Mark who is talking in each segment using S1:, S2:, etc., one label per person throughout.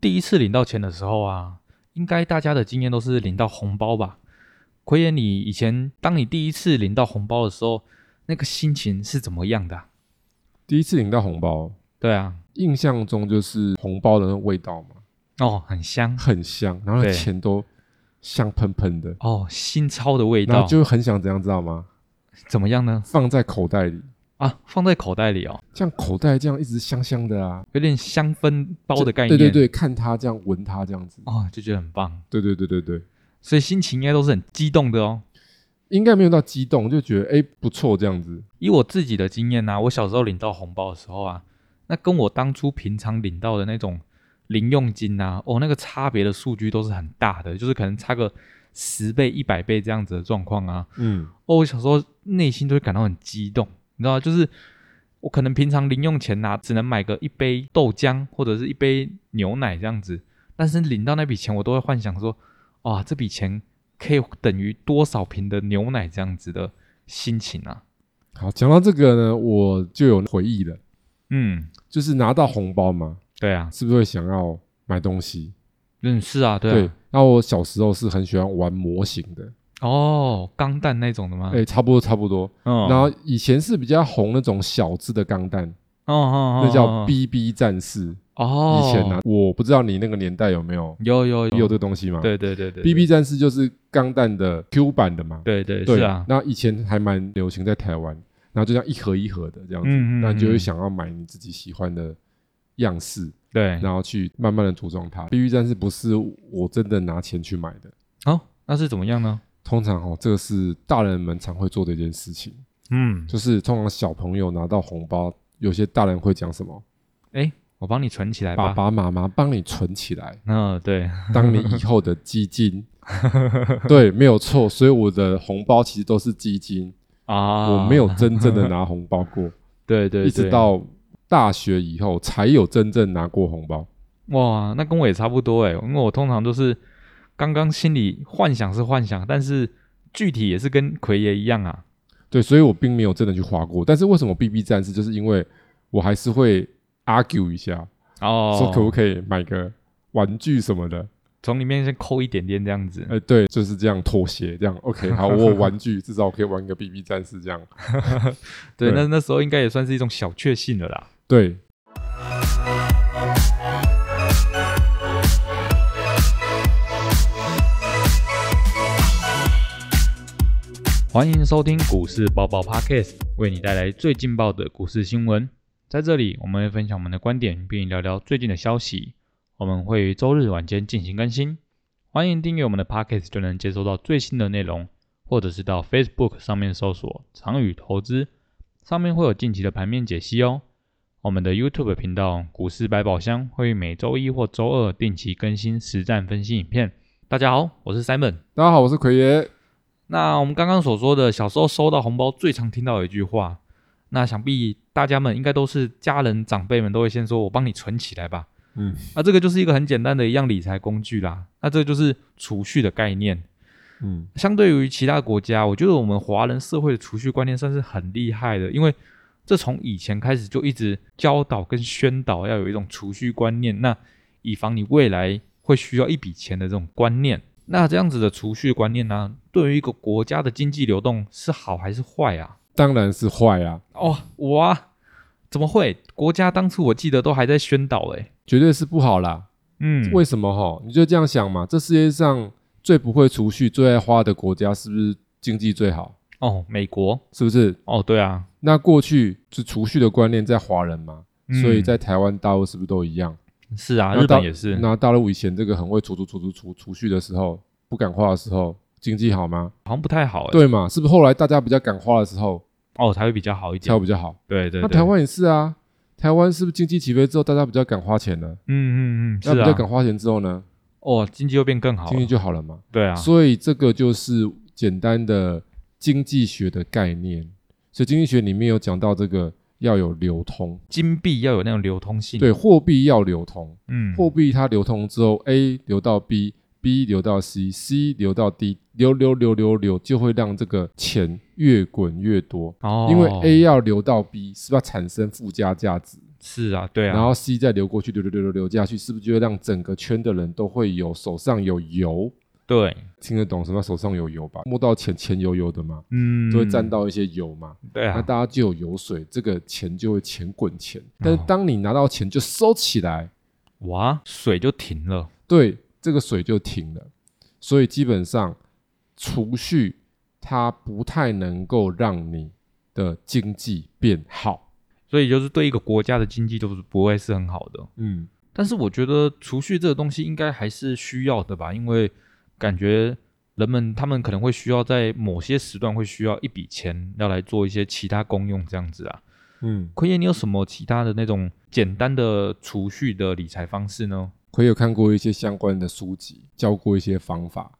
S1: 第一次领到钱的时候啊，应该大家的经验都是领到红包吧？奎爷，你以前当你第一次领到红包的时候，那个心情是怎么样的啊、
S2: 第一次领到红包，
S1: 对啊，
S2: 印象中就是红包的那种味道嘛，
S1: 哦，很香
S2: 很香，然后
S1: 对
S2: 钱都香喷喷的，
S1: 哦，新钞的味
S2: 然
S1: 道，
S2: 后就很想怎样，知道吗？
S1: 怎么样呢？
S2: 放在口袋里，
S1: 啊，放在口袋里哦，
S2: 这样口袋这样一直香香的啊，
S1: 有点香氛包的概念，
S2: 对对，对，看它这样闻它这样子，
S1: 哦，就觉得很棒，
S2: 对对对对对，
S1: 所以心情应该都是很激动的哦。
S2: 应该没有到激动，就觉得哎不错这样子，
S1: 以我自己的经验呢、啊我小时候领到红包的时候啊，那跟我当初平常领到的那种零用金啊，哦，那个差别的数据都是很大的，就是可能差个十倍、一百倍这样子的状况啊。
S2: 嗯，
S1: 哦，我小时候内心都会感到很激动，你知道吗？就是我可能平常零用钱呐、啊只能买个一杯豆浆或者是一杯牛奶这样子，但是领到那笔钱，我都会幻想说，哇，这笔钱可以等于多少瓶的牛奶这样子的心情啊。
S2: 好，讲到这个呢，我就有回忆了，
S1: 嗯，
S2: 就是拿到红包嘛，
S1: 对啊，
S2: 是不是会想要买东西？
S1: 嗯，是啊，对啊，
S2: 那我小时候是很喜欢玩模型的，
S1: 哦，钢弹那种的吗？
S2: 哎、差不多差不多。
S1: 嗯，
S2: 然后以前是比较红那种小只的钢弹，
S1: 哦哦，
S2: 那
S1: 哦
S2: 叫 BB 战士。
S1: 哦，
S2: 以前呢、啊，我不知道你那个年代有没有
S1: 有有
S2: 有这个东西嘛？
S1: 对对对对
S2: b b 战士就是钢弹的 Q 版的嘛。
S1: 对对是啊，
S2: 那以前还蛮流行在台湾，然后就这样一盒一盒的这样子，
S1: 嗯嗯
S2: 那你就
S1: 嗯
S2: 会想要买你自己喜欢的样式，
S1: 对，
S2: 然后去慢慢的组装它。BB 战士不是我真的拿钱去买的，
S1: 哦，那是怎么样呢？
S2: 通常哦，这个是大人们常会做的一件事情，
S1: 嗯，
S2: 就是通常小朋友拿到红包，有些大人会讲什么，
S1: 我帮你存起来
S2: 爸
S1: 吧。
S2: 爸妈妈帮你存起来，
S1: 嗯，对，
S2: 当你以后的基 金。对，没有错，所以我的红包其实都是基金，
S1: 啊，
S2: 我没有，真正的拿红包过，
S1: 对 对对，
S2: 一直到大学以后才有真正拿过红包。
S1: 哇，那跟我也差不多哎，因为我通常都是刚刚心里幻想是幻想，但是具体也是跟奎爷一样啊。
S2: 对，所以我并没有真的去花过。但是为什么 BB 战士，就是因为我还是会 argue 一下，
S1: 哦，
S2: 说可不可以买个玩具什么的。
S1: 从里面先抠一点点这样子，
S2: 哎、对，就是这样妥协，这样 OK，好，我有玩具，至少我可以玩个 BB 战士这样。
S1: 对，
S2: 对
S1: 那那时候应该也算是一种小确幸了啦。
S2: 对，
S1: 欢迎收听股市爆爆 Podcast，为你带来最劲爆的股市新闻。在这里，我们会分享我们的观点，并聊聊最近的消息。我们会于周日晚间进行更新，欢迎订阅我们的 Podcast，就能接收到最新的内容，或者是到 Facebook 上面搜索“长宇投资”，上面会有近期的盘面解析哦。我们的 YouTube 频道“股市百宝箱”会于每周一或周二定期更新实战分析影片。大家好，我是 Simon。
S2: 大家好，我是奎爷。
S1: 那我们刚刚所说的，小时候收到红包最常听到的一句话，那想必大家们应该都是家人长辈们都会先说：“我帮你存起来吧。”
S2: 嗯，
S1: 那这个就是一个很简单的一样理财工具啦。那这就是储蓄的概念。
S2: 嗯，
S1: 相对于其他国家，我觉得我们华人社会的储蓄观念算是很厉害的，因为这从以前开始就一直教导跟宣导要有一种储蓄观念，那以防你未来会需要一笔钱的这种观念。那这样子的储蓄观念呢、对于一个国家的经济流动是好还是坏啊？
S2: 当然是坏啊，
S1: 哦，我啊，怎么会？国家当初我记得都还在宣导诶、
S2: 绝对是不好啦。
S1: 嗯，
S2: 为什么哈？你就这样想嘛，这世界上最不会储蓄、最爱花的国家，是不是经济最好？
S1: 哦，美国，
S2: 是不是？
S1: 哦，对啊，
S2: 那过去是储蓄的观念在华人嘛，
S1: 嗯
S2: 所以在台湾、大陆是不是都一样？
S1: 是啊，
S2: 那
S1: 日
S2: 大
S1: 本也是，
S2: 那大陆以前这个很会储储储储储储蓄的时候，不敢花的时候，经济好吗？
S1: 好像不太好诶、欸
S2: 对嘛？是不是后来大家比较敢花的时候，
S1: 哦，才会比较好一点
S2: 才。会比较好？
S1: 对对，
S2: 那
S1: 对
S2: 台，湾也是啊，台湾是不是经济起飞之后，大家比较敢花钱了？
S1: 嗯嗯嗯，
S2: 那
S1: 是
S2: 比
S1: 啊
S2: 较，敢花钱之后呢，
S1: 哦，经济又变更好了，
S2: 经济就好了嘛。
S1: 对啊，
S2: 所以这个就是简单的经济学的概念。所以经济学里面有讲到这个要有流通，
S1: 金币要有那种流通性，
S2: 对，，货币要流通，
S1: 嗯，
S2: 货币它流通之后，A 流到 B，B 流到 C，C 流到 D，流流流流流，就会让这个钱越滚越多。
S1: 哦，
S2: 因为 A 要流到 B，是不是要产生附加价值？
S1: 是啊，对
S2: 然
S1: 啊，
S2: 后 C 再流过去，流流流流流下去，是不是就会让整个圈的人都会有手上有油？
S1: 对，
S2: 听得懂什么叫手上有油吧？摸到钱钱油油的嘛，
S1: 嗯，
S2: 就会沾，到一些油嘛，
S1: 对
S2: 那
S1: 啊，
S2: 大家就有油水，这个钱就会钱滚钱。
S1: 哦
S2: 但是当你拿到钱就收起来，
S1: 哇，水就停了，
S2: 对，这个水就停了。所以基本上储蓄它不太能够让你的经济变好。
S1: 所以就是对一个国家的经济都是不会是很好的。
S2: 嗯，
S1: 但是我觉得储蓄这个东西应该还是需要的吧，因为感觉人们他们可能会需要在某些时段会需要一笔钱要来做一些其他功用这样子啊。
S2: 嗯，
S1: 奎爷，你有什么其他的那种简单的储蓄的理财方式呢？
S2: 我有看过一些相关的书籍，教过一些方法。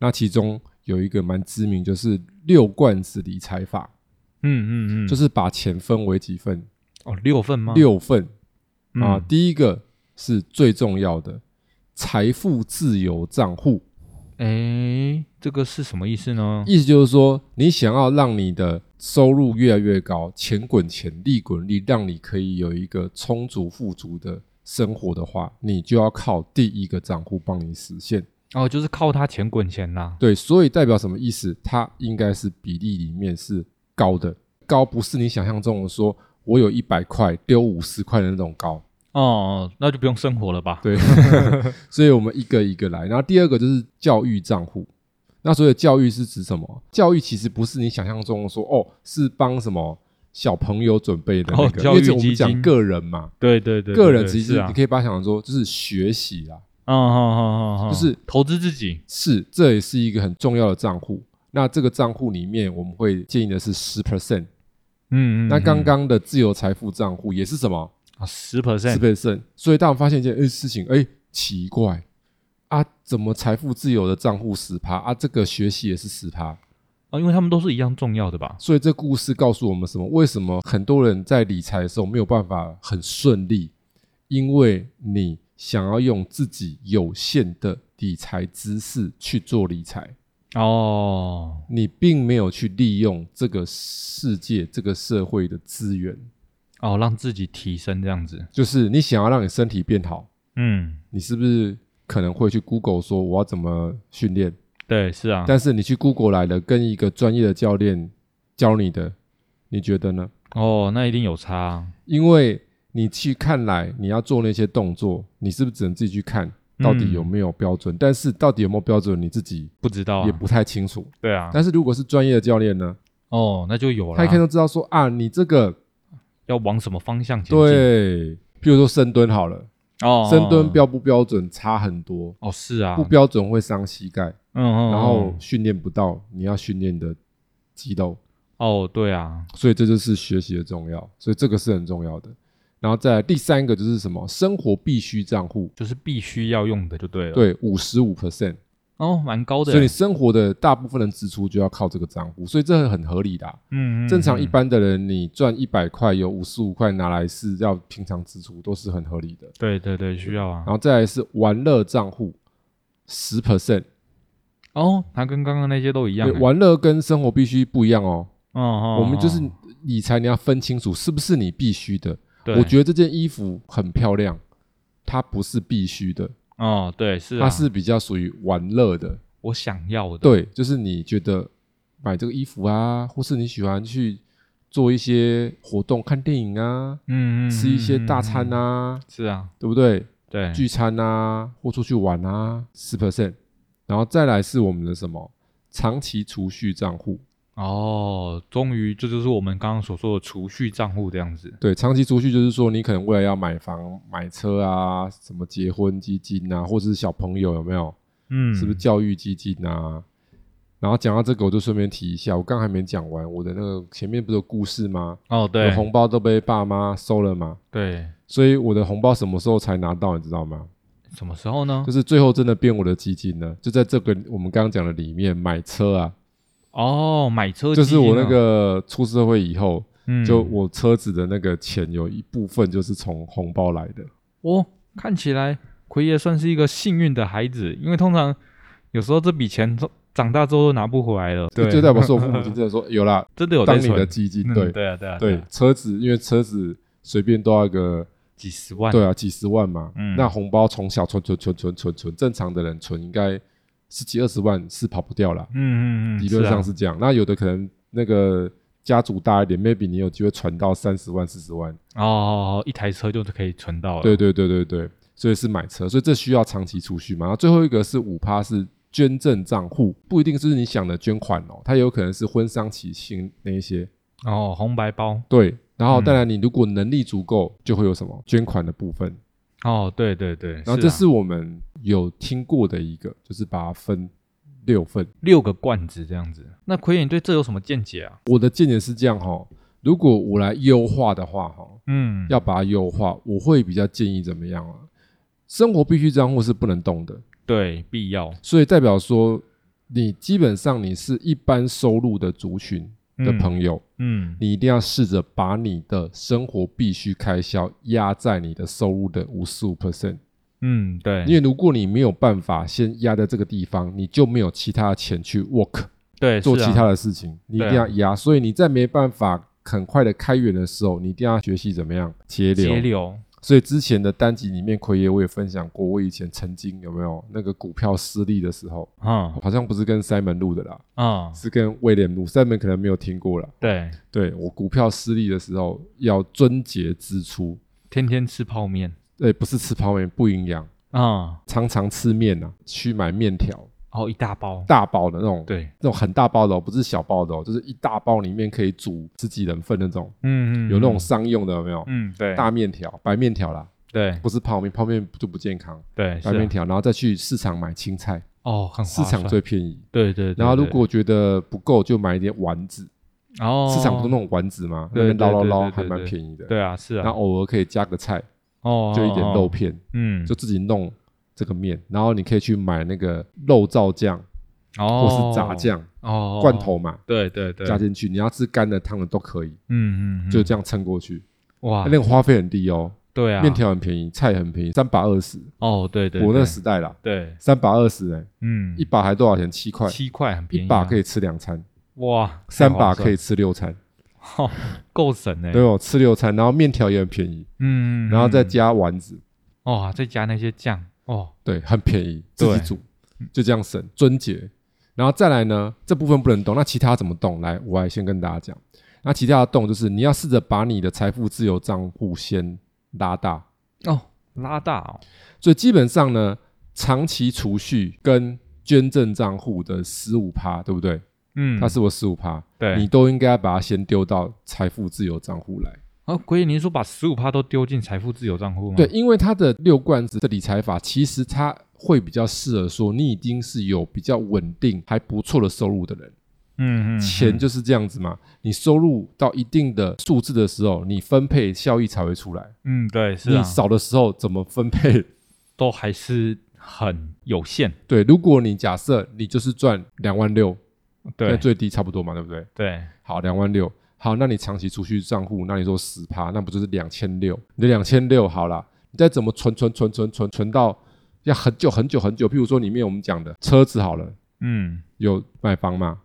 S2: 那其中有一个蛮知名，就是六罐子理财法，
S1: 嗯嗯嗯，
S2: 就是是把钱分为几份，
S1: 哦六份吗？
S2: 六份
S1: 嗯
S2: 啊。第一个是最重要的，财富自由账户。
S1: 哎，这个是什么意思呢？
S2: 意思就是说，你想要让你的收入越来越高，钱滚钱，利滚利，让你可以有一个充足富足的生活的话，你就要靠第一个账户帮你实现。
S1: 哦，就是靠它钱滚钱啦。
S2: 对，所以代表什么意思？它应该是比例里面是高的，高不是你想象中的说我有一百块丢五十块的那种高。
S1: 哦，那就不用生活了吧？
S2: 对，所以我们一个一个来。然后第二个就是教育账户。那所以教育是指什么？教育其实不是你想象中的说哦，是帮什么小朋友准备的那
S1: 哦
S2: 个，
S1: 教育
S2: 因为这我
S1: 基
S2: 们讲
S1: 金
S2: 个人嘛，
S1: 对对对对
S2: 个人
S1: 对
S2: 其
S1: 是
S2: 实
S1: 啊
S2: 你可以把它想成说就是学习啦，
S1: 嗯嗯嗯嗯，
S2: 就是
S1: 投资自己。
S2: 是这也是一个很重要的账户。那这个账户里面，我们会建议的是十 percent。
S1: 嗯嗯，
S2: 那刚
S1: 嗯
S2: 刚的自由财富账户也是什么？
S1: 啊，十
S2: 十
S1: percent，
S2: percent。所以当我发现一件诶事情，哎，奇怪啊，怎么财富自由的账户十趴啊？这个学习也是十趴。
S1: 啊，因为他们都是一样重要的吧？
S2: 所以这故事告诉我们什么？为什么很多人在理财的时候没有办法很顺利？因为你想要用自己有限的理财知识去做理财，
S1: 哦，
S2: 你并没有去利用这个世界、这个社会的资源。
S1: 哦，让自己提升这样子，
S2: 就是你想要让你身体变好，
S1: 嗯，
S2: 你是不是可能会去 Google 说我要怎么训练？
S1: 对，是啊，
S2: 但是你去 Google 来了，跟一个专业的教练教你的，你觉得呢？
S1: 哦，那一定有差啊，
S2: 因为你去看来，你要做那些动作，你是不是只能自己去看到底有没有标准？但是到底有没有标准，你自己
S1: 不知道、
S2: 也
S1: 啊，
S2: 不太清楚。
S1: 对啊，
S2: 但是如果是专业的教练呢，
S1: 哦，那就有了
S2: 他一，看就知道说啊，你这个
S1: 要往什么方向前进？，
S2: 对，譬如说深蹲好了，
S1: 哦，
S2: 深蹲，标不标准差很多，
S1: 哦，是啊，
S2: 不标准会伤膝盖，
S1: 嗯嗯，
S2: 然后
S1: 嗯
S2: 训练不到你要训练的肌肉。
S1: 哦，对啊，
S2: 所以这就是学习的重要，所以这个是很重要的。然后再来第三个就是什么？生活必须账户，
S1: 就是必须要用的就对了，，
S2: 对，五十五 percent，
S1: 哦，蛮高的
S2: 所以
S1: 欸，
S2: 你生活的大部分的支出就要靠这个账户，所以这很合理的啊、
S1: 嗯，嗯
S2: 正常一
S1: 嗯
S2: 般的人，你赚一百块，有五十五块拿来是要平常支出，都是很合理的。
S1: 对对对，需要啊
S2: 然，后再来是玩乐账户，十 percent，
S1: 哦，它跟刚刚那些都一样
S2: 对
S1: 欸，
S2: 玩乐跟生活必须不一样哦。
S1: 哦，哦，
S2: 我们就是
S1: 哦
S2: 理财，你要分清楚是不是你必须的。
S1: 对，
S2: 我觉得这件衣服很漂亮，它不是必须的，
S1: 哦，对，是啊，
S2: 它是比较属于玩乐的。
S1: 我想要的，
S2: 对，就是你觉得买这个衣服啊，或是你喜欢去做一些活动，看电影啊，
S1: 嗯，嗯，
S2: 吃一些大
S1: 啊。嗯
S2: 餐
S1: 嗯
S2: 啊，
S1: 是啊，
S2: 对不对？
S1: 对，
S2: 聚餐啊，或出去玩啊，十 percent，然后再来是我们的什么长期储蓄账户。
S1: 哦，终于这就是我们刚刚所说的储蓄账户这样子。
S2: 对，长期储蓄就是说，你可能未来要买房、买车啊，什么结婚基金啊，或者是小朋友有没有？
S1: 嗯
S2: 是不是？教育基金啊？然后讲到这个，我就顺便提一下，我刚还没讲完，我的那个前面不是有故事吗？
S1: 哦，
S2: 我
S1: 对，
S2: 红包都被爸妈收了嘛，
S1: 对，
S2: 所以我的红包什么时候才拿到，你知道吗？
S1: 什么时候呢
S2: 就？是最后真的变我的基金了，就在这个我们刚刚讲的里面买车啊，
S1: 哦，买车
S2: 就
S1: 基
S2: 是
S1: 金
S2: 我那
S1: 啊，
S2: 个出社会以后，
S1: 嗯，
S2: 就我车子的那个钱有一部分就是从红包来的，
S1: 哦，看起来奎爷算是一个幸运的孩子，因为通常有时候这笔钱都长大之后都拿不回来了，对，
S2: 就代 表说我父母亲真的说有啦，
S1: 真的有在
S2: 当你的
S1: 存。
S2: 基金，
S1: 嗯
S2: 对
S1: 对啊，对啊，
S2: 对
S1: 啊，
S2: 车子因为车子随便都要个
S1: 几十万，
S2: 对啊几十万嘛，
S1: 嗯
S2: 那红包从小存存存存存存，正常的人存应该十几二十万是跑不掉啦。
S1: 嗯嗯嗯，
S2: 理论上
S1: 是
S2: 是这样。那有的可能那个家族大一点，maybe 你有机会传到三十万、四十万。
S1: 啊哦哦，哦一台车就可以存到了，
S2: 对对对对对，所以是买车，所以这需要长期储蓄嘛。然后最后一个是五趴是捐赠账户，不一定是你想的捐款哦，它有可能是婚丧喜庆那一些。
S1: 哦，红白包，
S2: 对，然后
S1: 嗯
S2: 当然你如果能力足够，就会有什么捐款的部分。
S1: 哦，对对对，
S2: 然后这
S1: 啊
S2: 是我们有听过的一个，就是把它分六份。
S1: 六个罐子这样子。那奎爷，你对这有什么见解啊？
S2: 我的见解是这样哈、哦，如果我来优化的话哈、哦，
S1: 嗯，
S2: 要把它优化，我会比较建议怎么样啊？生活必须账户是不能动的，
S1: 对必要
S2: 所以代表说你基本上你是一般收入的族群的朋友，
S1: 嗯，
S2: 你一定要试着把你的生活必须开销压在你的收入的五十五 percent，
S1: 嗯嗯，对，
S2: 因为如果你没有办法先压在这个地方，你就没有其他的钱去 work
S1: 对
S2: 做
S1: 是
S2: 其
S1: 啊
S2: 他的事情，你一定要压，所以你在没办法。很快的开源的时候，你一定要学习怎么样节流。
S1: 节流，
S2: 所以之前的单集里面，奎爷我也分享过，我以前曾经有没有那个股票失利的时候，
S1: 嗯
S2: 好像不是跟 Simon 录的啦，
S1: 嗯，
S2: 是跟威廉录。Simon 可能没有听过啦。
S1: 对，
S2: 对我股票失利的时候，要遵节支出，
S1: 天天吃泡面，
S2: 对，不是吃泡面不营养，
S1: 嗯，
S2: 常常吃面呐、啊，去买面条，
S1: 哦，一大包，
S2: 大包的那种，
S1: 对，
S2: 那种很大包的、哦，不是小包的、哦，就是一大包里面可以煮十几人份那种，
S1: 嗯嗯，
S2: 有那种商用的有没有？
S1: 嗯，嗯，对，
S2: 大面条、白面条啦，
S1: 对
S2: 不是泡面，泡面就不健康。
S1: 对是
S2: 白
S1: 啊
S2: 面条，然后再去市场买青菜，
S1: 哦，很
S2: 市
S1: 划
S2: 场
S1: 算
S2: 最便宜。
S1: 对对，对
S2: 然后如
S1: 对
S2: 果觉得不够，就买一点丸子，
S1: 哦
S2: 市场不是那种丸子吗？那
S1: 对
S2: 边捞捞
S1: 对对
S2: 捞
S1: 对
S2: 还
S1: 对
S2: 蛮便宜的。
S1: 对啊是
S2: 然后
S1: 啊，
S2: 偶尔可以加个菜，
S1: 哦
S2: 就一点肉，
S1: 哦哦
S2: 片，
S1: 嗯，
S2: 就自己弄这个面。然后你可以去买那个肉燥酱或
S1: 哦
S2: 是炸酱
S1: 哦
S2: 罐，头嘛，
S1: 对对对，
S2: 加进去。你要吃干的、汤的都可以，
S1: 嗯嗯嗯，
S2: 就这样撑过去。啊
S1: 哇
S2: 那，个花费很低哦，
S1: 对啊，
S2: 面条很便宜，菜很便宜，三百二十。
S1: 哦对对，
S2: 我那
S1: 对
S2: 时代啦，
S1: 对，
S2: 三百二十哎，
S1: 嗯，
S2: 一把还多少钱？七块，
S1: 七块很便
S2: 一
S1: 宜啊，
S2: 把可以吃两餐。
S1: 哇，
S2: 三把可
S1: 以
S2: 以吃六餐，
S1: 够省哎、
S2: 对哦，吃六餐，然后面条也很便宜，
S1: 嗯，嗯
S2: 然后再
S1: 嗯
S2: 加丸子，
S1: 哇、再加那些酱哦，
S2: 对，很便宜，自
S1: 对
S2: 己煮，就这样省，尊节。然后再来呢，这部分不能动，那其他怎么动？来，我来先跟大家讲，那其他的动就是你要试着把你的财富自由账户先拉大，
S1: 哦，拉大哦，
S2: 所以基本上呢，长期储蓄跟捐赠账户的十五趴，对不对？
S1: 嗯，
S2: 它是我十五趴，
S1: 对
S2: 你都应该把它先丢到财富自由账户来。
S1: 啊，鬼爷，您说把十五趴都丢进财富自由账户吗？
S2: 对，，因为它的六罐子的理财法，其实它会比较适合说你已经是有比较稳定还不错的收入的人，
S1: 嗯嗯，
S2: 钱
S1: 嗯
S2: 就是这样子嘛。你收入到一定的数字的时候，你分配效益才会出来。
S1: 嗯对是
S2: 你
S1: 啊，
S2: 少的时候怎么分配？
S1: 都还是很有限，
S2: 对，如果你假设你就是赚两万六，那
S1: 对
S2: 最低差不多嘛，对不对？
S1: 对，
S2: 好，两万六，好，那你长期储蓄账户，那你说十趴，那不就是两千六？你的两千六好啦，你再怎么存存存存存存到要很久很久很久，譬如说里面我们讲的车子好了，
S1: 嗯
S2: 有买房嘛，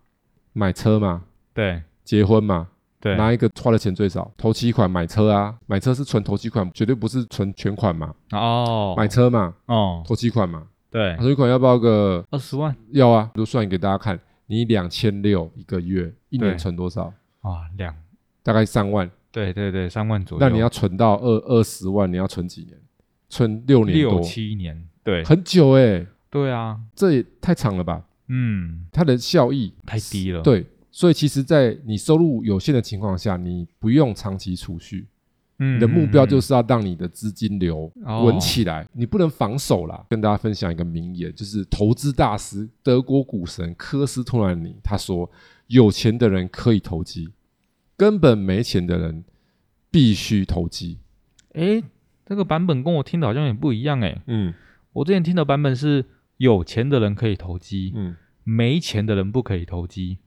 S2: 买车嘛，
S1: 对
S2: 结婚嘛，
S1: 对，
S2: 哪一个花的钱最少？头期款买车啊，买车是存头期款，绝对不是存全款嘛，
S1: 哦
S2: 买车嘛，
S1: 哦
S2: 头期款嘛，
S1: 对
S2: 头，期款要不要个？
S1: 二十万
S2: 要啊，就算给大家看，你两千六一个月，一
S1: 对
S2: 年存多少？
S1: 啊两，
S2: 大概三万。
S1: 对对对，三万左右，
S2: 那你要存到二二十万，你要存几年？存六年
S1: 六
S2: 多，
S1: 七年，对
S2: 很久哎、
S1: 对啊，
S2: 这也太长了吧？
S1: 嗯，
S2: 它的效益
S1: 太低了，
S2: 对，所以其实，在你收入有限的情况下，你不用长期储蓄，
S1: 嗯，嗯，
S2: 你的目标就是是要让你的资金流
S1: 哦
S2: 稳起来，你不能防守啦。跟大家分享一个名言，就是投资大师德国股神科斯托兰尼他说：“有钱的人可以投机，根本没钱的人必须投机。
S1: 哎，这个版本跟我听的好像也不一样哎、”
S2: 嗯
S1: 我之前听的版本是有钱的人可以投机，
S2: 嗯。
S1: 没钱的人不可以投机，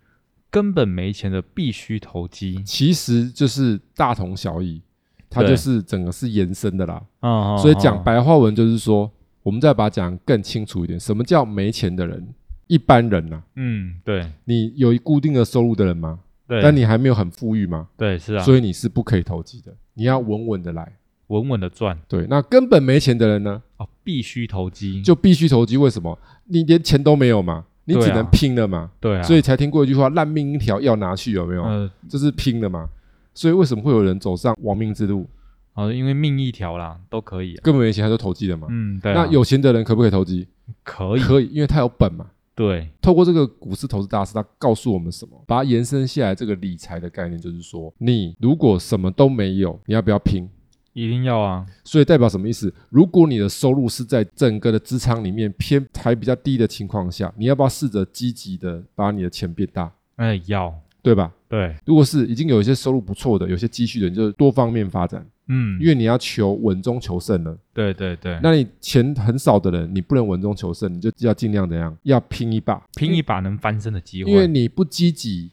S1: 根本没钱的必须投机。
S2: 其实就是大同小异，它
S1: 对
S2: 就是整个是延伸的啦。
S1: 啊、
S2: 所以讲白话文就是说，我们再把它讲更清楚一点，什么叫没钱的人？一般人呐、啊
S1: 嗯，对
S2: 你有一固定的收入的人吗？
S1: 对，
S2: 但你还没有很富裕嘛，
S1: 对是啊，
S2: 所以你是不可以投机的，你要稳稳的来。
S1: 稳稳的赚
S2: 对，那根本没钱的人呢，
S1: 哦，必须投机，
S2: 就必须投机。为什么？你连钱都没有嘛，你
S1: 对啊
S2: 只能拼了嘛。
S1: 对啊，
S2: 所
S1: 以
S2: 以才哦听过一句话：“烂命一条要拿去”，有没有？
S1: 呃，
S2: 这是拼了嘛。所以为什么会有人走上亡命之路？
S1: 哦，因为命一条啦，都可以啊，
S2: 根本没钱，他就投机了嘛。
S1: 嗯，对啊，
S2: 那有钱的人可不可以投机？
S1: 可以，
S2: 可以，因为他有本嘛。
S1: 对，
S2: 透过这个股市投资大师，他告诉我们什么？把它延伸下来，这个理财的概念就是说，你如果什么都没有，你要不要拼？
S1: 一定要啊，
S2: 所以代表什么意思？如果你的收入是在整个的职场里面偏还比较低的情况下，你要不要试着积极的把你的钱变大，
S1: 哎，要，
S2: 对吧？
S1: 对，
S2: 如果是已经有一些收入不错的、有些积蓄的，你就多方面发展，
S1: 嗯，
S2: 因为你要求稳中求胜了。
S1: 对对对，
S2: 那你钱很少的人，你不能稳中求胜，你就要尽量怎样？要拼一把，
S1: 拼一把能翻身的机会，
S2: 因为你不积极，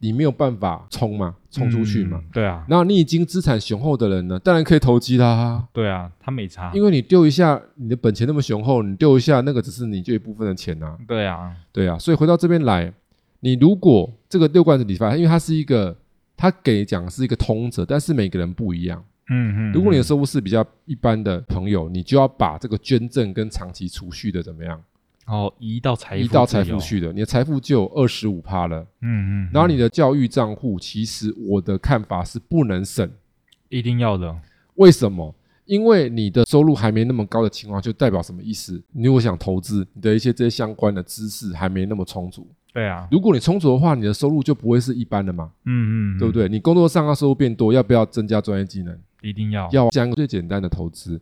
S2: 你没有办法冲嘛，冲出去嘛。
S1: 嗯，对啊，
S2: 那你已经资产雄厚的人呢，当然可以投机啦、
S1: 对啊，他没差，
S2: 因为你丢一下你的本钱那么雄厚，你丢一下那个只是你这一部分的钱啊，
S1: 对啊，
S2: 对啊。所以回到这边来，你如果这个六罐子理财，因为它哎是一个，它给讲是一个通则，但是每个人不一样。
S1: 嗯嗯，
S2: 如果你的
S1: 嗯
S2: 收入是比较一般的朋友，你就要把这个捐赠跟长期储蓄的怎么样
S1: 哦移到财富
S2: 移到
S1: 自
S2: 财
S1: 由
S2: 富，去的，你的财富就二十五趴了。
S1: 嗯嗯，
S2: 然后
S1: 嗯
S2: 你的教育账户，其实我的看法是不能省。
S1: 一定要的，
S2: 为什么？因为你的收入还没那么高的情况，就代表什么意思？你如果想投资，你的一些这些相关的知识还没那么充足。
S1: 对啊，
S2: 如果你充足的话，你的收入就不会是一般的嘛，
S1: 嗯嗯，
S2: 对不对？你工作上要收入变多，要不要增加专业技能？
S1: 对？一定要，
S2: 要加一个最简单的投资。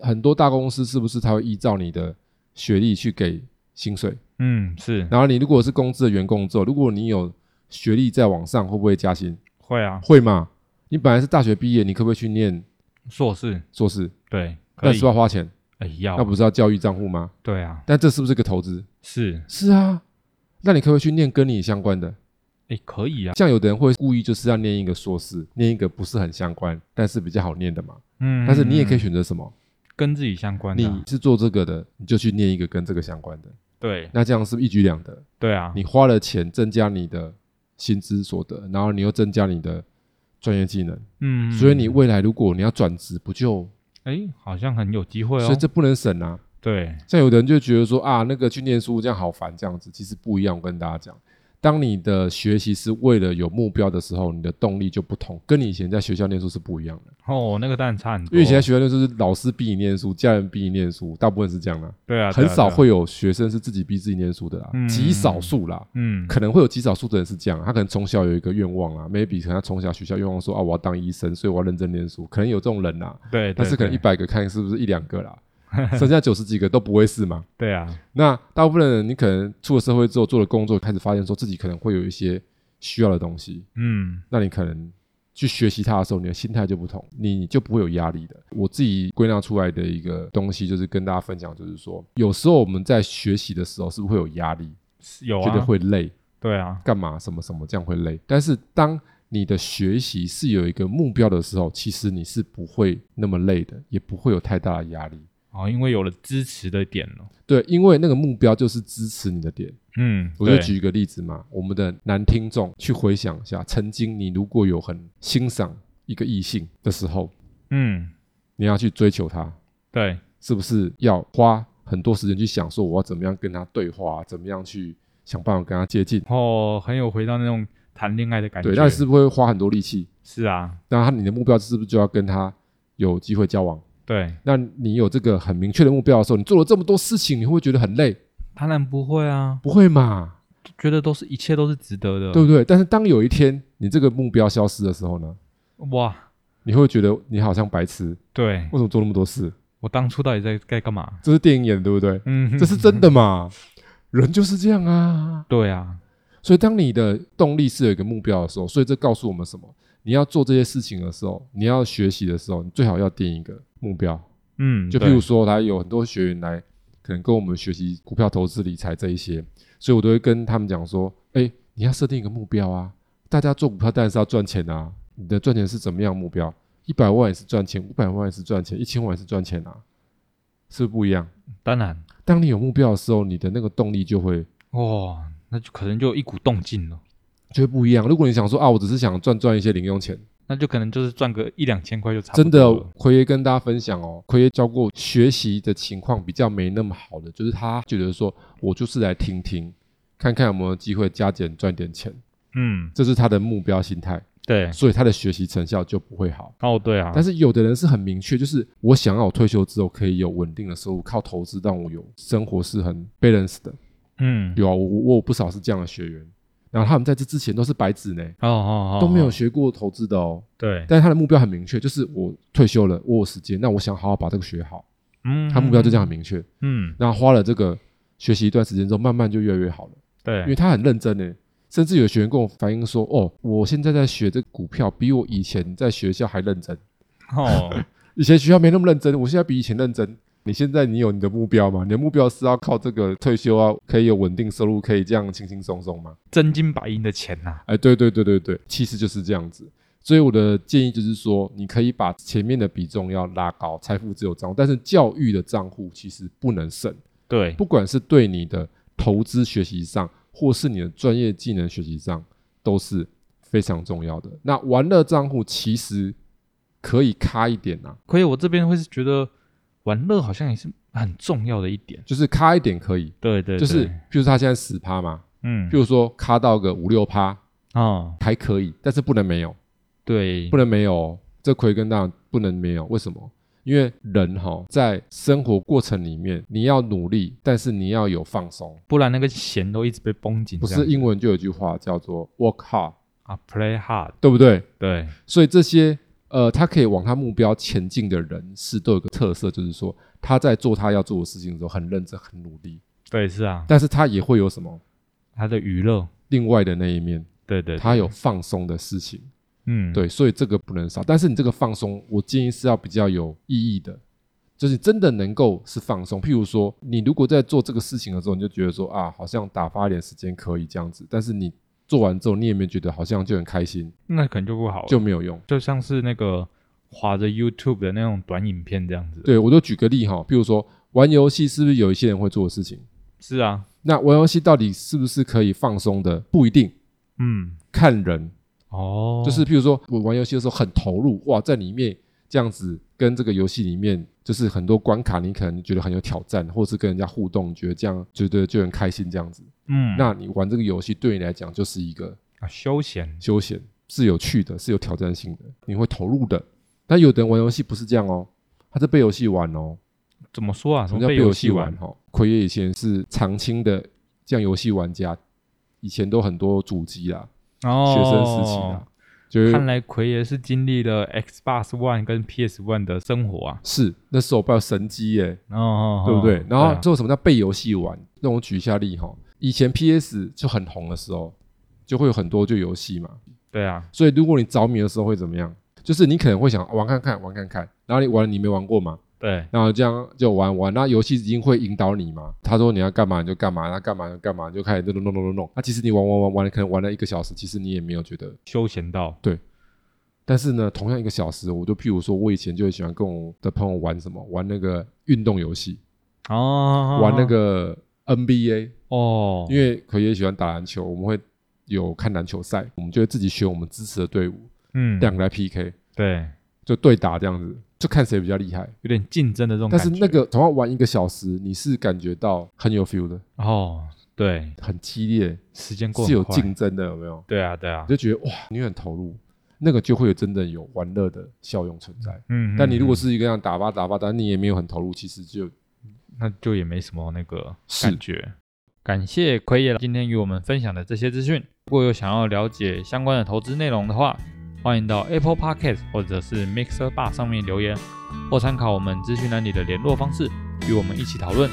S2: 很多大公司是不是它会依照你的学历去给薪水？
S1: 嗯，是
S2: 然后你如果是公司的员工之后，如果你有学历再往上，会不会加薪？
S1: 会啊，
S2: 会嘛？你本来是大学毕业，你可不可以去念
S1: 硕士，
S2: 硕士？
S1: 对，可
S2: 那
S1: 以
S2: 是，要花钱，
S1: 哎要
S2: 那，不是要教育账户吗？
S1: 对啊，
S2: 但这是不是个投资？
S1: 是，
S2: 是啊，那你可不可以去念跟你相关的？
S1: 哎可以啊，
S2: 像有的人会故意就是要念一个硕士，念一个不是很相关，但是比较好念的嘛。
S1: 嗯，
S2: 但是你也可以
S1: 嗯
S2: 选择什么？
S1: 跟自己相关的啊，
S2: 你是做这个的，你就去念一个跟这个相关的，
S1: 对
S2: 那这样是不是一举两得。
S1: 对啊，
S2: 你花了钱增加你的薪资所得，然后你又增加你的专业技能，
S1: 嗯，
S2: 所以你未来如果你要转职，不就？
S1: 哎好像很有机会
S2: 所以
S1: 哦，
S2: 这不能省啊。
S1: 对，
S2: 像有的人就觉得说啊，那个去念书这样好烦，这样子其实不一样。我跟大家讲，当你的学习是为了有目标的时候，你的动力就不同，跟你以前在学校念书是不一样的。
S1: 哦那个蛋差很多，
S2: 因为以前在学校念书是老师逼你念书，家人逼你念书，大部分是这样啦、
S1: 对啊，对
S2: 很
S1: 啊
S2: 少，
S1: 对啊
S2: 会有学生是自己逼自己念书的啦，
S1: 嗯
S2: 极少数啦。
S1: 嗯，
S2: 可能会有极少数的人是这样，他可能从小有一个愿望啊，maybe 可能他从小学校愿望说啊，我要当医生，所以我要认真念书，可能有这种人啦、
S1: 对，
S2: 但
S1: 对
S2: 是可能
S1: 对
S2: 一百个看是不是一两个啦，剩下九十几个都不会是嘛。
S1: 对啊，
S2: 那大部分的人，你可能出了社会之后做了工作，开始发现说自己可能会有一些需要的东西，
S1: 嗯，
S2: 那你可能去学习它的时候，你的心态就不同，你就不会有压力的。我自己归纳出来的一个东西，就是跟大家分享，就是说有时候我们在学习的时候，是不是会有压力，
S1: 是有
S2: 觉得
S1: 啊，
S2: 会累，
S1: 对啊，
S2: 干嘛什么什么这样会累？但是当你的学习是有一个目标的时候，其实你是不会那么累的，也不会有太大的压力。
S1: 哦，因为有了支持的点了，
S2: 对，因为那个目标就是支持你的点。
S1: 嗯，
S2: 我就
S1: 对
S2: 举一个例子嘛，我们的男听众去回想一下，曾经你如果有很欣赏一个异性的时候，
S1: 嗯，
S2: 你要去追求他，
S1: 对，
S2: 是不是要花很多时间去想说我要怎么样跟他对话，怎么样去想办法跟他接近？
S1: 哦，很有回到那种谈恋爱的感觉，
S2: 对，那是不是会花很多力气？
S1: 是啊，
S2: 那他你的目标是不是就要跟他有机会交往？
S1: 对，
S2: 那你有这个很明确的目标的时候，你做了这么多事情，你会不会觉得很累？
S1: 当然不会啊，
S2: 不会嘛，
S1: 觉得都是一切都是值得的，
S2: 对不对？但是当有一天你这个目标消失的时候呢，
S1: 哇，
S2: 你会觉得你好像白痴，
S1: 对
S2: 为什么做那么多事？
S1: 我当初到底在在干嘛？
S2: 这是电影演的，对不对？
S1: 嗯，
S2: 这是真的嘛？人就是这样啊。
S1: 对啊，
S2: 所以，当你的动力是有一个目标的时候，所以这告诉我们什么？你要做这些事情的时候，你要学习的时候，你最好要定一个目标。
S1: 嗯，
S2: 就
S1: 对
S2: 譬如说，来有很多学员来，可能跟我们学习股票投资理财这一些，所以我都会跟他们讲说：，哎，你要设定一个目标啊！大家做股票当然是要赚钱啊，你的赚钱是怎么样的目标？一百万也是赚钱，五百万也是赚钱，一千万也是赚钱啊，是不是不一样？
S1: 当然，
S2: 当你有目标的时候，你的那个动力就会
S1: 哇，那就可能就有一股动静了，
S2: 就会不一样。如果你想说啊，我只是想赚赚一些零用钱，
S1: 那就可能就是赚个一两千块就差不
S2: 真的哦
S1: 多了，
S2: 奎爷跟大家分享哦，奎爷教过学习的情况比较没那么好的，就是他觉得说我就是来听听，看看有没有机会加减赚点钱，
S1: 嗯，
S2: 这是他的目标心态，
S1: 对，
S2: 所以他的学习成效就不会好。
S1: 哦，对啊，
S2: 但是有的人是很明确，就是我想要我退休之后可以有稳定的收入，靠投资让我有生活是很 balance 的。
S1: 嗯，
S2: 有啊，我我有不少是这样的学员，然后他们在这之前都是白纸呢，
S1: 哦哦哦，
S2: 都没有
S1: 哦，
S2: 学过投资的哦。
S1: 对，
S2: 但是他的目标很明确，就是我退休了，我有时间，那我想好好把这个学好。
S1: 嗯，
S2: 他目标就这样很明确，
S1: 嗯，嗯，
S2: 然后花了这个学习一段时间之后，慢慢就越来越好了，因
S1: 对，
S2: 为他很认真呢。甚至有学员跟我反映说：“哦，我现在在学这个股票，比我以前在学校还认真。”
S1: 哦，
S2: 以前学校没那么认真，我现在比以前认真。你现在你有你的目标吗？你的目标是要靠这个退休啊，可以有稳定收入，可以这样轻轻松松吗？
S1: 真金白银的钱呐、
S2: 哎，对对对对对，其实就是这样子。所以我的建议就是说，你可以把前面的比重要拉高，财富自由账户，但是教育的账户其实不能省，
S1: 对，
S2: 不管是对你的投资学习上，或是你的专业技能学习上，都是非常重要的。那玩乐账户其实可以卡一点啊，
S1: 可以，我这边会是觉得玩乐好像也是很重要的一点。
S2: 就是卡一点可以，
S1: 对对
S2: 就是
S1: 对
S2: 譬如说他现在十趴嘛，
S1: 嗯
S2: 譬，如说卡到个五六趴
S1: 哦，
S2: 还可以，但是不能没有，
S1: 对
S2: 不，能没有、哦。这奎跟大不能没有，为什么？因为人哈、在生活过程里面，你要努力，但是你要有放松。
S1: 不然那个弦都一直被绷紧
S2: 不
S1: 这样子。
S2: 是英文就有句话叫做 “work hard”，
S1: 啊，play hard，
S2: 对不对？
S1: 对，
S2: 所以这些呃，他可以往他目标前进的人是都有个特色，就是说他在做他要做的事情的时候很认真、很努力，
S1: 对是啊，
S2: 但是他也会有什么
S1: 他的娱乐，
S2: 另外的那一面，
S1: 对对，
S2: 他
S1: 对
S2: 有放松的事情。
S1: 嗯，
S2: 对，所以这个不能少。但是你这个放松，我建议是要比较有意义的，就是真的能够是放松。譬如说，你如果在做这个事情的时候，你就觉得说啊，好像打发一点时间可以这样子，但是你做完之后，你也没觉得好像就很开心，
S1: 那可能就不好了，
S2: 就没有用。
S1: 就像是那个划着 YouTube 的那种短影片这样子。，
S2: 对我就举个例哈，譬如说玩游戏是不是有一些人会做的事情？
S1: 是啊，
S2: 那玩游戏到底是不是可以放松的？不一定，
S1: 嗯，
S2: 看人。
S1: 哦，
S2: 就是譬如说我玩游戏的时候很投入，哇，在里面这样子跟这个游戏里面，就是很多关卡你可能觉得很有挑战，或是跟人家互动，觉得这样觉得就很开心这样子。
S1: 嗯，
S2: 那你玩这个游戏对你来讲就是一个
S1: 啊休闲，
S2: 休闲，是有趣的，是有挑战性的，你会投入的。但有的人玩游戏不是这样哦，他是被游戏玩哦。
S1: 怎么说啊？
S2: 什
S1: 什
S2: 么叫被游
S1: 游
S2: 戏玩
S1: 玩？？
S2: 哈，奎爷以前是长青的这样游戏玩家，以前都很多主机啦，
S1: 哦，
S2: 学生时期啦，就是
S1: 看来奎爷是经历了 Xbox One 跟 PS One 的生活啊，
S2: 是那时候不要神机耶、
S1: 哦哦，哦
S2: 对不对？然后
S1: 啊
S2: 最后什么叫被游戏玩？让我举一下例哈。以前 PS 就很红的时候，就会有很多就游戏嘛。
S1: 对啊，
S2: 所以如果你着迷的时候会怎么样？就是你可能会想玩看看，玩看看，然后你玩你没玩过嘛，
S1: 对，
S2: 然后这样就玩玩。那游戏已经会引导你嘛，他说你要干嘛你就干嘛，那干嘛就干嘛，你就开始弄弄弄弄弄。那其实你玩玩玩玩，可能玩了一个小时，其实你也没有觉得
S1: 休闲到，
S2: 但是呢，同样一个小时，我就譬如说，我以前就很喜欢跟我的朋友玩什么，玩那个运动游戏，
S1: 哦，
S2: 玩那个 NBA，
S1: 哦，
S2: 因为可也喜欢打篮球，我们会有看篮球赛，我们就会自己选我们支持的队伍，
S1: 嗯，
S2: 两个来 PK，
S1: 对，
S2: 就对打这样子，就看谁比较厉害。
S1: 有点竞争的这种
S2: 但
S1: 感
S2: 是
S1: 觉。
S2: 那个同样玩一个小时，你是感觉到很有 feel 的，
S1: 哦，对，
S2: 很激烈，
S1: 时间过
S2: 是有
S1: 很快，
S2: 竞争的，有没有？
S1: 对啊，对啊
S2: 你，就觉得哇，你很投入，那个就会有真的有玩乐的效用存在。
S1: 嗯，
S2: 但你如果
S1: 嗯
S2: 是一个这样打吧打吧，但你也没有很投入，其实就
S1: 那就也没什么那个
S2: 是
S1: 感觉。感谢奎爷今天与我们分享的这些资讯。如果有想要了解相关的投资内容的话，欢迎到 Apple Podcast 或者是 Mixer Bar 上面留言，或参考我们资讯栏里的联络方式，与我们一起讨论。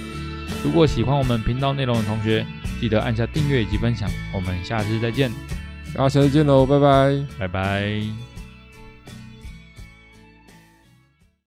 S1: 如果喜欢我们频道内容的同学，记得按下订阅以及分享。我们下次再见，
S2: 啊，下次见喽，拜拜。
S1: 拜拜。